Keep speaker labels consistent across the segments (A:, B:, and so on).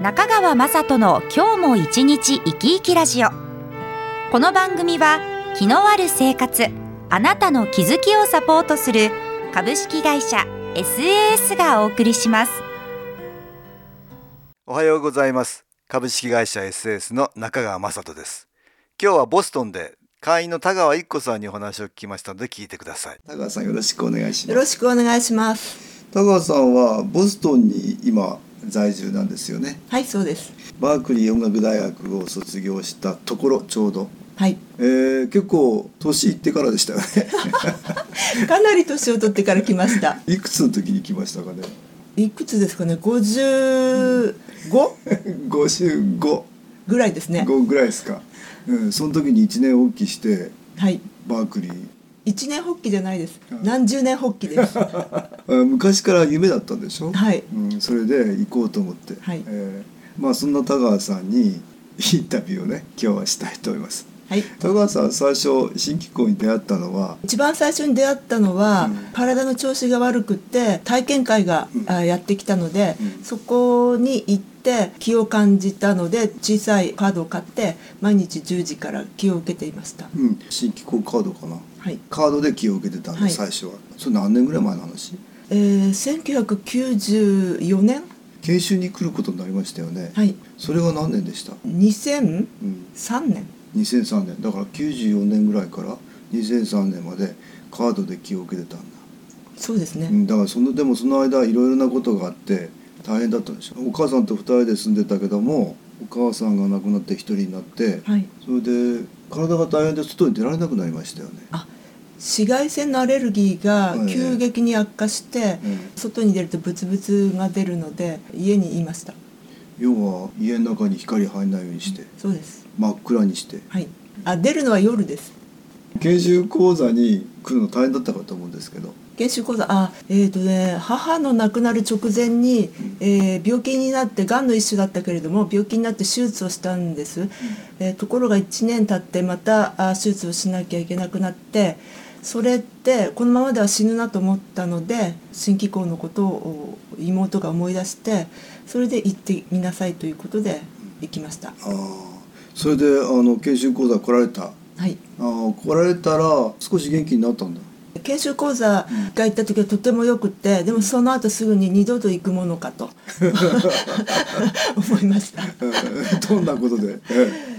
A: 中川雅人の今日も一日生き生きラジオこの番組は気のある生活あなたの気づきをサポートする株式会社 SAS がお送りします
B: おはようございます株式会社 SS の中川雅人です今日はボストンで会員の田川一子さんにお話を聞きましたので聞いてください田川さんよろしくお願いし
C: よろしくお願いします。
B: 田川さんはボストンに今在住なんですよね
C: はい、そうです。
B: バークリー音楽大学を卒業したところちょうど、
C: はい。
B: えー、結構年いってからでしたよね
C: かなり年を取ってから来ま した。
B: いくつの時に来ましたかね
C: いくつですかね、五十五
B: 55
C: ぐらいですね。
B: 5ぐらいですか、うん、その時に一年大きして
C: はい。
B: バークリー
C: 一年発起じゃないです
B: うん。
C: 何十年発 起です。は
B: あ昔から夢だったんでしょ
C: はい
B: うん、それで行こうと思って、
C: はい
B: えーまあそんな田川さんに インタビューをね今日はしたいと思います
C: い。
B: 田川さん最初新機構に出会ったのは
C: 一番最初に出会ったのは、
B: うん
C: 体の調子が悪くて体験会が、
B: うん
C: あやってきたので、
B: うん
C: そこに行って気を感じたので小さいカードを買って毎日10時から気を受けていました、
B: うん、新機構カードかな
C: はい
B: カードで気を受けてたんで、
C: はい
B: 最初はそれ何年ぐらい前の話
C: えー、1994年
B: 研修に来ることになりましたよね、
C: はい
B: それが何年でした、
C: 2003
B: うん、
C: 年
B: 2003年だから94年ぐらいから2003年までカードで気を受けてたんだ
C: そうですね、
B: うんだからそのでもその間いろいろなことがあって大変だったんでしょお母さんと二人で住んでたけどもお母さんが亡くなって一人になって、
C: はい
B: それで体が大変で外に出られなくなりましたよね。
C: あ紫外線のアレルギーが
B: ええ
C: 急激に悪化して、
B: ええ
C: 外に出るとブツブツが出るので家にいました
B: 要は家の中に光入んないようにして
C: そうです
B: 真っ暗にして
C: はいあ出るのは夜です
B: 研修講座に来るの大変だったかと思うんですけど
C: 研修講座あえーとね母の亡くなる直前に、えー病気になってがんの一種だったけれども病気になって手術をしたんです、えーところが1年経ってまたあ手術をしなきゃいけなくなってそれってこのままでは死ぬなと思ったので新機構のことを妹が思い出してそれで行ってみなさいということで行きました
B: ああそれであの研修講座来られたあ
C: はい
B: あ来られたら少し元気になったんだ
C: 研修講座が行った時はとてもよくてでもその後すぐに二度と行くもの かと思いました
B: えーどんなことで、ええ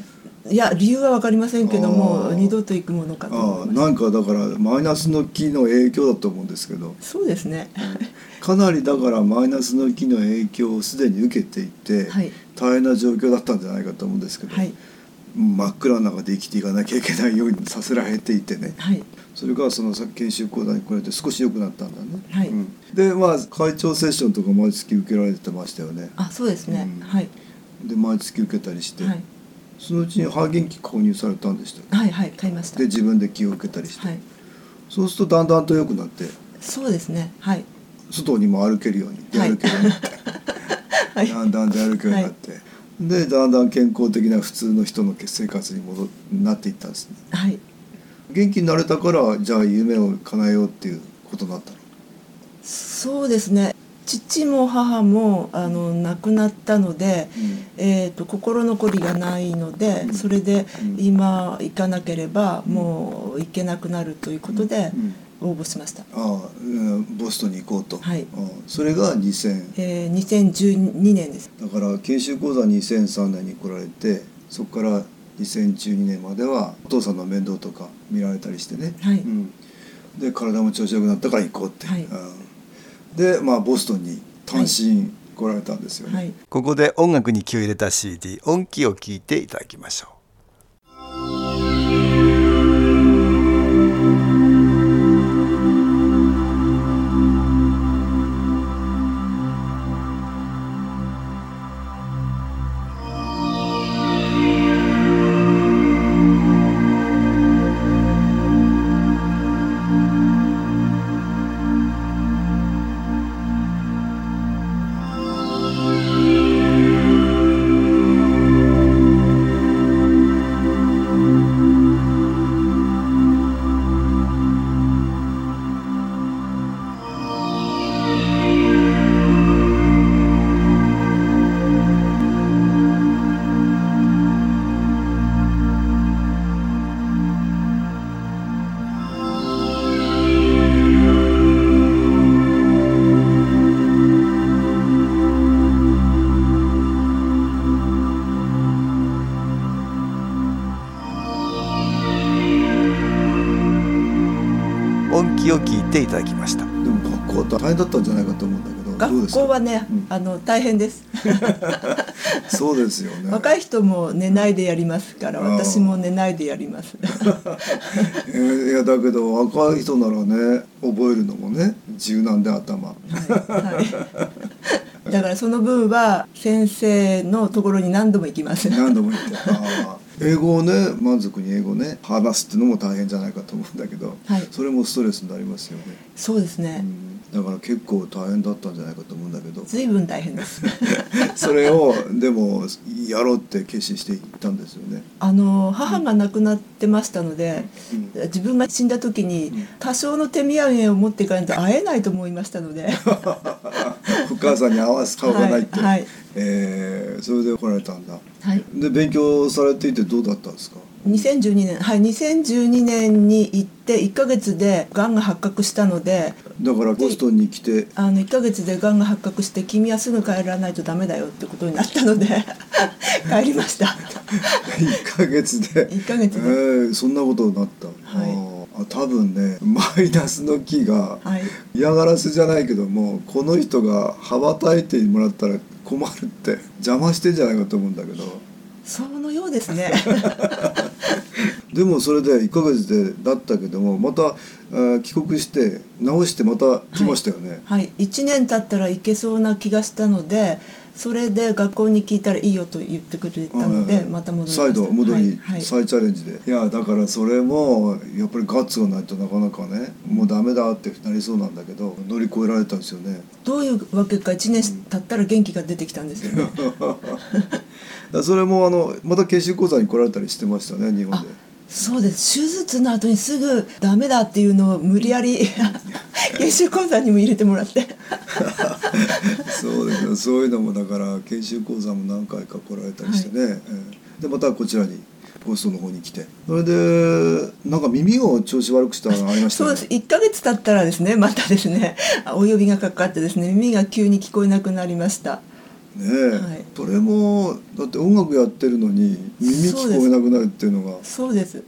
C: いや理由は分かりませんけど
B: あ
C: も
B: ー
C: 二度と行くものかと
B: あ
C: 思
B: あ
C: いまし
B: なんかだからマイナスの木の影響だと思うんですけど
C: たそうですね
B: かなりだからマイナスの木の影響をすでに受けていて、
C: はい
B: 大変な状況だったんじゃないかと思うんですけど、
C: はい
B: 真っ暗な中で生きていかなきゃいけないようにさせられていてね
C: はい
B: それからそのさ研修講座に来られて少し良くなったんだね。
C: はい
B: うんでまあ会長セッションとか毎月受けられてましたよね。
C: あそうですね
B: うん
C: はい
B: で毎月受けたりして、
C: はい
B: そのうちに肺元気購入されたんでしたっけ
C: はいはい買いました
B: で自分で気を受けたりして、
C: はい
B: そうするとだんだんと良くなって
C: そうですねはい
B: 外にも歩けるように出歩けるようになって、
C: はい
B: だんだん出歩けるようになって、でだんだん健康的な普通の人の生活に戻っなっていったんですね
C: はい
B: 元気になれたからじゃあ夢を叶えようっていうことになったの
C: そうですね父も母もあの亡くなったので、えー、と心残りがないので、
B: うん
C: それで
B: うん
C: 今行かなければ
B: うん
C: もう行けなくなるということで
B: うん
C: 応募しました、
B: ああ、うんボストンに行こうと、
C: はい
B: うんそれが2000
C: えー、2012年です
B: だから研修講座2003年に来られてそこから2012年まではお父さんの面倒とか見られたりしてね、
C: はい
B: うん、で体も調子良くなったから行こうって、
C: はい
B: うんで、まあ、ボストンに単身来られたんですよね、
C: はい
B: ここで音楽に気を入れた CD「音気」を聴いていただきましょう。
D: 「
B: きを聞いていただきました
D: でも学校は大変だったんじゃないかと思うんだけどどうで
C: 学
D: すか
C: 校はね、
D: うん
C: あの大変です。
D: そうですよね
C: 若い人も寝ないでやりますから、
D: あー
C: 私も寝ないでやり ます。
D: えーいやだけど若い人ならね覚えるのもね柔軟で頭
C: はいだからその分は先生のところに何度も行きます。
D: 何度も言ってあー英語をね満足に英語ね話すってのも大変じゃないかと思うんだけど、
C: はい
D: それもストレスになりますよね、
C: そうです
D: う
C: ね。
D: んだから結構大変だったんじゃないかと思うんだけど
C: ずいぶん大変です。
D: それをでもやろうって決心していったんですよ ね。
C: あの母が亡くなってましたので、
D: うん
C: 自分が死んだ時に
D: うん
C: 多少の手土産を持っていかないと会えないと思いましたの で、
D: お母さんに合わす顔がないって、
C: はいはい
D: えーそれで来られたんだ
C: はい、
D: で勉強されていてどうだったんですか
C: 2012年はい2012年に行って1ヶ月でがんが発覚したので
D: だからボストンに来て
C: あの1ヶ月でがんが発覚して君はすぐ帰らないとダメだよってことになったので 帰りました
D: 1ヶ月で
C: 1ヶ月
D: え
C: で、
D: ーそんなことになった、
C: はい
D: あーあ多分ねマイナスの木が
C: はい、
D: 嫌がらせじゃないけどもこの人が羽ばたいてもらったら困るって邪魔してんじゃないかと思うんだけど
C: そのようですね
D: でもそれで1ヶ月でだったけどもまた、えー帰国して直してまた来ましたよね、
C: はい1年経ったらいけそうな気がしたのでそれで学校に聞いたらいいよと言ってくれたので、
D: うん
C: また戻りました
D: 再度戻り、
C: はいはい
D: 再チャレンジでいやだからそれもやっぱりガッツがないとなかなかねもうダメだってなりそうなんだけど乗り越えられたんですよね
C: どういうわけか1年経ったら元気が出てきたんですよね
D: だからそれもあのまた研修講座に来られたりしてましたね日本で
C: そうです手術の後にすぐダメだっていうのを無理や り研修講座にも入れてもらって
D: そうですよそういうのもだから研修講座も何回か来られたりしてね、ええでまたこちらにボストンの方に来てそれでなんか耳を調子悪くしたのがありまし
C: そ
D: た
C: うで
D: ね
C: す1ヶ月経ったらですねまたですねあお呼びがかかってですね耳が急に聞こえなくなりました
D: ねえ、
C: はい
D: それもだって音楽やってるのに耳聞こえなくなるっていうのが
C: そうです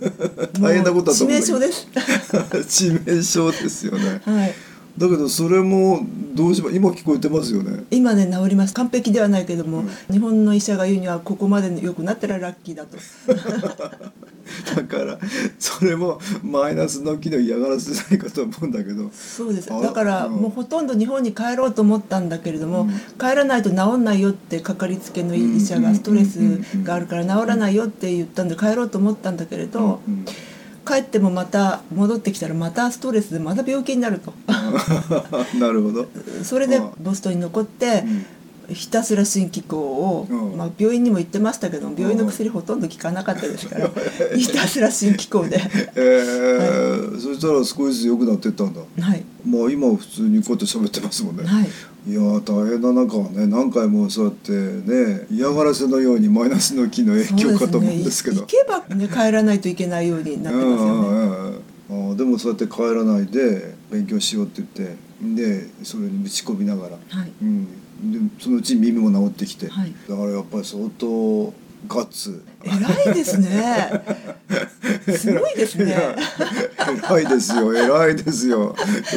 D: 大変なことだと思うん
C: も
D: だ
C: う
D: け
C: 致
D: ど
C: 命傷です、
D: 致命傷ですよね
C: はい、
D: だけどそれもどうしよう今聞こえてますよ ね
C: 今ね治ります完璧ではないけども、
D: うん
C: 日本の医者が言うにはここまで良くなったらラッキーだと
D: だからそれもマイナスの木の嫌がらせじゃないかと思うんだけど
C: そうです
D: あ
C: だから
D: うん
C: もうほとんど日本に帰ろうと思ったんだけれども、
D: うん
C: 帰らないと治んないよってかかりつけの医者
D: うん
C: がストレス
D: うん
C: があるから治らないよって言ったんで帰ろうと思ったんだけれど、
D: うん
C: 帰ってもまた戻ってきたらまたストレスでまた病気になると
D: なるほど、
C: それで
D: うん
C: ボストンに残ってひたすら心機構を、
D: うん
C: まあ、病院にも行ってましたけど病院の薬ほとんど効かなかったですからひたすら心機構 で
D: えーそしたら少しずつ良くなってったんだ
C: はい
D: まあ今は普通にこうやって喋ってますもんね、
C: はい
D: いやー大変な中はね何回もそうやってね嫌がらせのようにマイナスの木の影響かと思うんですけど
C: そうですねい行けば、ね、帰らないといけないようになってます
D: う
C: よ
D: んう
C: ね
D: んうんうんあーでもそうやって帰らないで勉強しようって言ってでそれに打ち込みながら、
C: はい
D: うん、でそのうち耳も治ってきて、
C: はい
D: だからやっぱり相当ガッツ
C: 偉いですね。すごいです
D: い
C: ね。
D: や偉いですよ偉いですよよ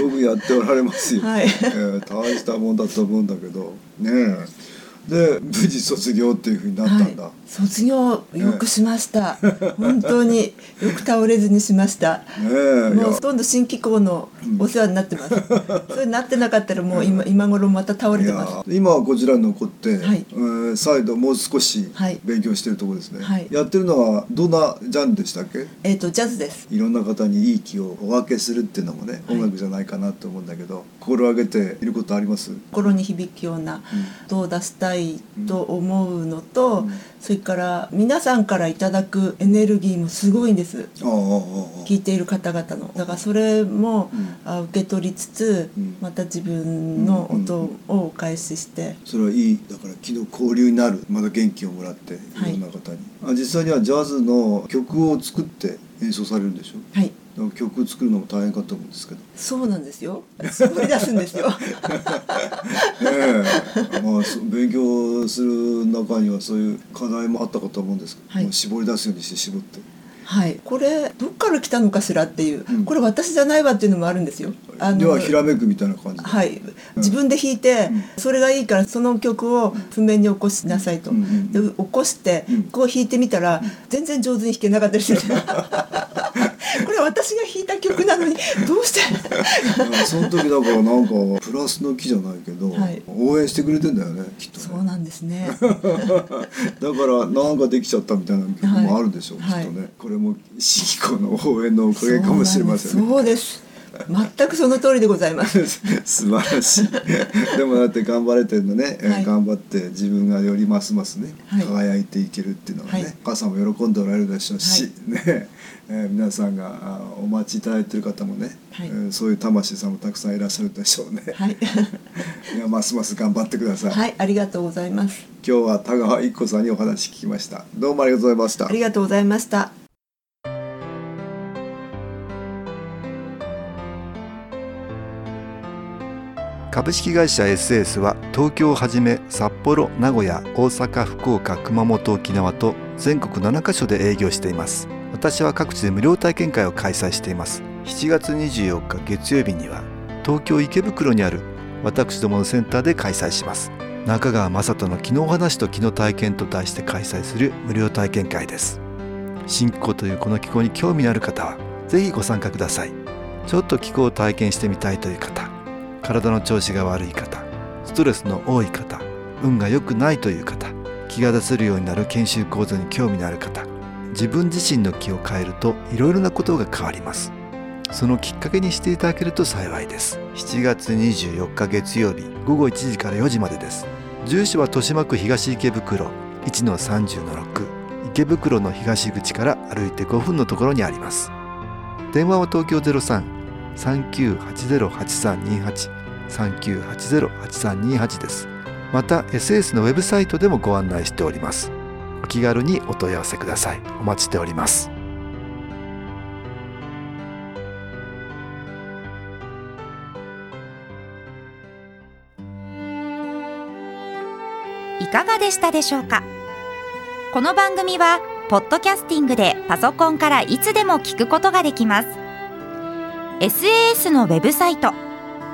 D: くやっておられますよ、
C: はい
D: えー大したもんだと思うんだけどねえで無事卒業っていうふうになったんだ、
C: はい、卒業よくしました。本当によく倒れずにしました。
D: ねえい
C: もう
D: や
C: ほとんど新機構のお世話になって ます。それなってなかったらもう今今頃また倒れ
D: い
C: て
D: や
C: ま
D: 今はこちらに残って、
C: はい
D: えー再度もう少し
C: はい
D: 勉強してるところですね、
C: はい
D: やってるのはどんなジャンルでしたっけ
C: す。えっ、とジャズです。
D: いろんな方にいい気をお分けするっていうのもね、
C: はい
D: 音楽じゃないかなと思うんだけど心上げていることあります、
C: 心に響くような音を出したいと思うのと、
D: うん
C: それから皆さんからいただくエネルギーもすごいんです。
D: ああああああ
C: 聞いている方々のだからそれも、あ受け取りつつ、
D: うん
C: また自分の音をお返しして、
D: それはいいだから昨日交流になるまだ元気をもらってい
C: はい
D: ろんな方に、あ実際にはジャズの曲を作って演奏されるんでしょ
C: はい
D: だから曲作るのも大変かと思うんで すけど
C: そうなんですよ絞り出すんですよ
D: ええ、まあそ勉強する中にはそういう課題もあったかと思うんですけど、
C: はい
D: もう絞り出すようにして絞って
C: はい、これどっから来たのかしらっていう、
D: うん
C: これ私じゃないわっていうのもあるんですよ。あ
D: で
C: の
D: はひらめくみたいな感じで、
C: はい、自分で弾いて、それがいいからその曲を譜面に起こしなさいと、
D: うん
C: で起こして
D: うん
C: こう弾いてみたら、全然上手に弾けなかったで すよこれ私が弾いた曲なのにどうして
D: うんその時だからなんかプラスの木じゃないけど、
C: はい
D: 応援してくれてんだよねきっとね
C: そうなんですね
D: だからなんかできちゃったみたいな曲もあるでしょう、
C: はい
D: きっとね、これも四季子の応援のおかげかもしれませんね
C: そうです全くその通りでございます
D: 素晴らし いでもだって頑張れてるのね、えー
C: はい
D: 頑張って自分がよりますますね、
C: はい
D: 輝いていけるっていうのはね、
C: はい
D: お母さんも喜んでおられるでしょうし、ね、えー皆さんがあーお待ちいただいてる方もね、
C: はい
D: えーそういう魂さんもたくさんいらっしゃるでしょうね、
C: はい、
D: い、やますます頑張ってください、
C: はい、ありがとうございます
D: 今日は田川一子さんにお話聞きましたどうもありがとうございました
C: ありがとうございました
B: 株式会社 SS は東京をはじめ札幌名古屋大阪福岡熊本沖縄と全国7カ所で営業しています私は各地で無料体験会を開催しています7月24日月曜日には東京池袋にある私どものセンターで開催します中川雅人の「昨日話と昨日体験」と題して開催する無料体験会です新気候というこの気候に興味のある方はぜひご参加くださいちょっと気候を体験してみたいという方体の調子が悪い方ストレスの多い方運が良くないという方気が出せるようになる研修講座に興味のある方自分自身の気を変えるといろいろなことが変わりますそのきっかけにしていただけると幸いです7月24日月曜日午後1時から4時までです住所は豊島区東池袋1-30-6池袋の東口から歩いて5分のところにあります電話は東京03 39808328 39808328ですまた SS のウェブサイトでもご案内しておりますお気軽にお問い合わせくださいお待ちしております
A: いかがでしたでしょうかこの番組はポッドキャスティングでパソコンからいつでも聞くことができます SAS のウェブサイト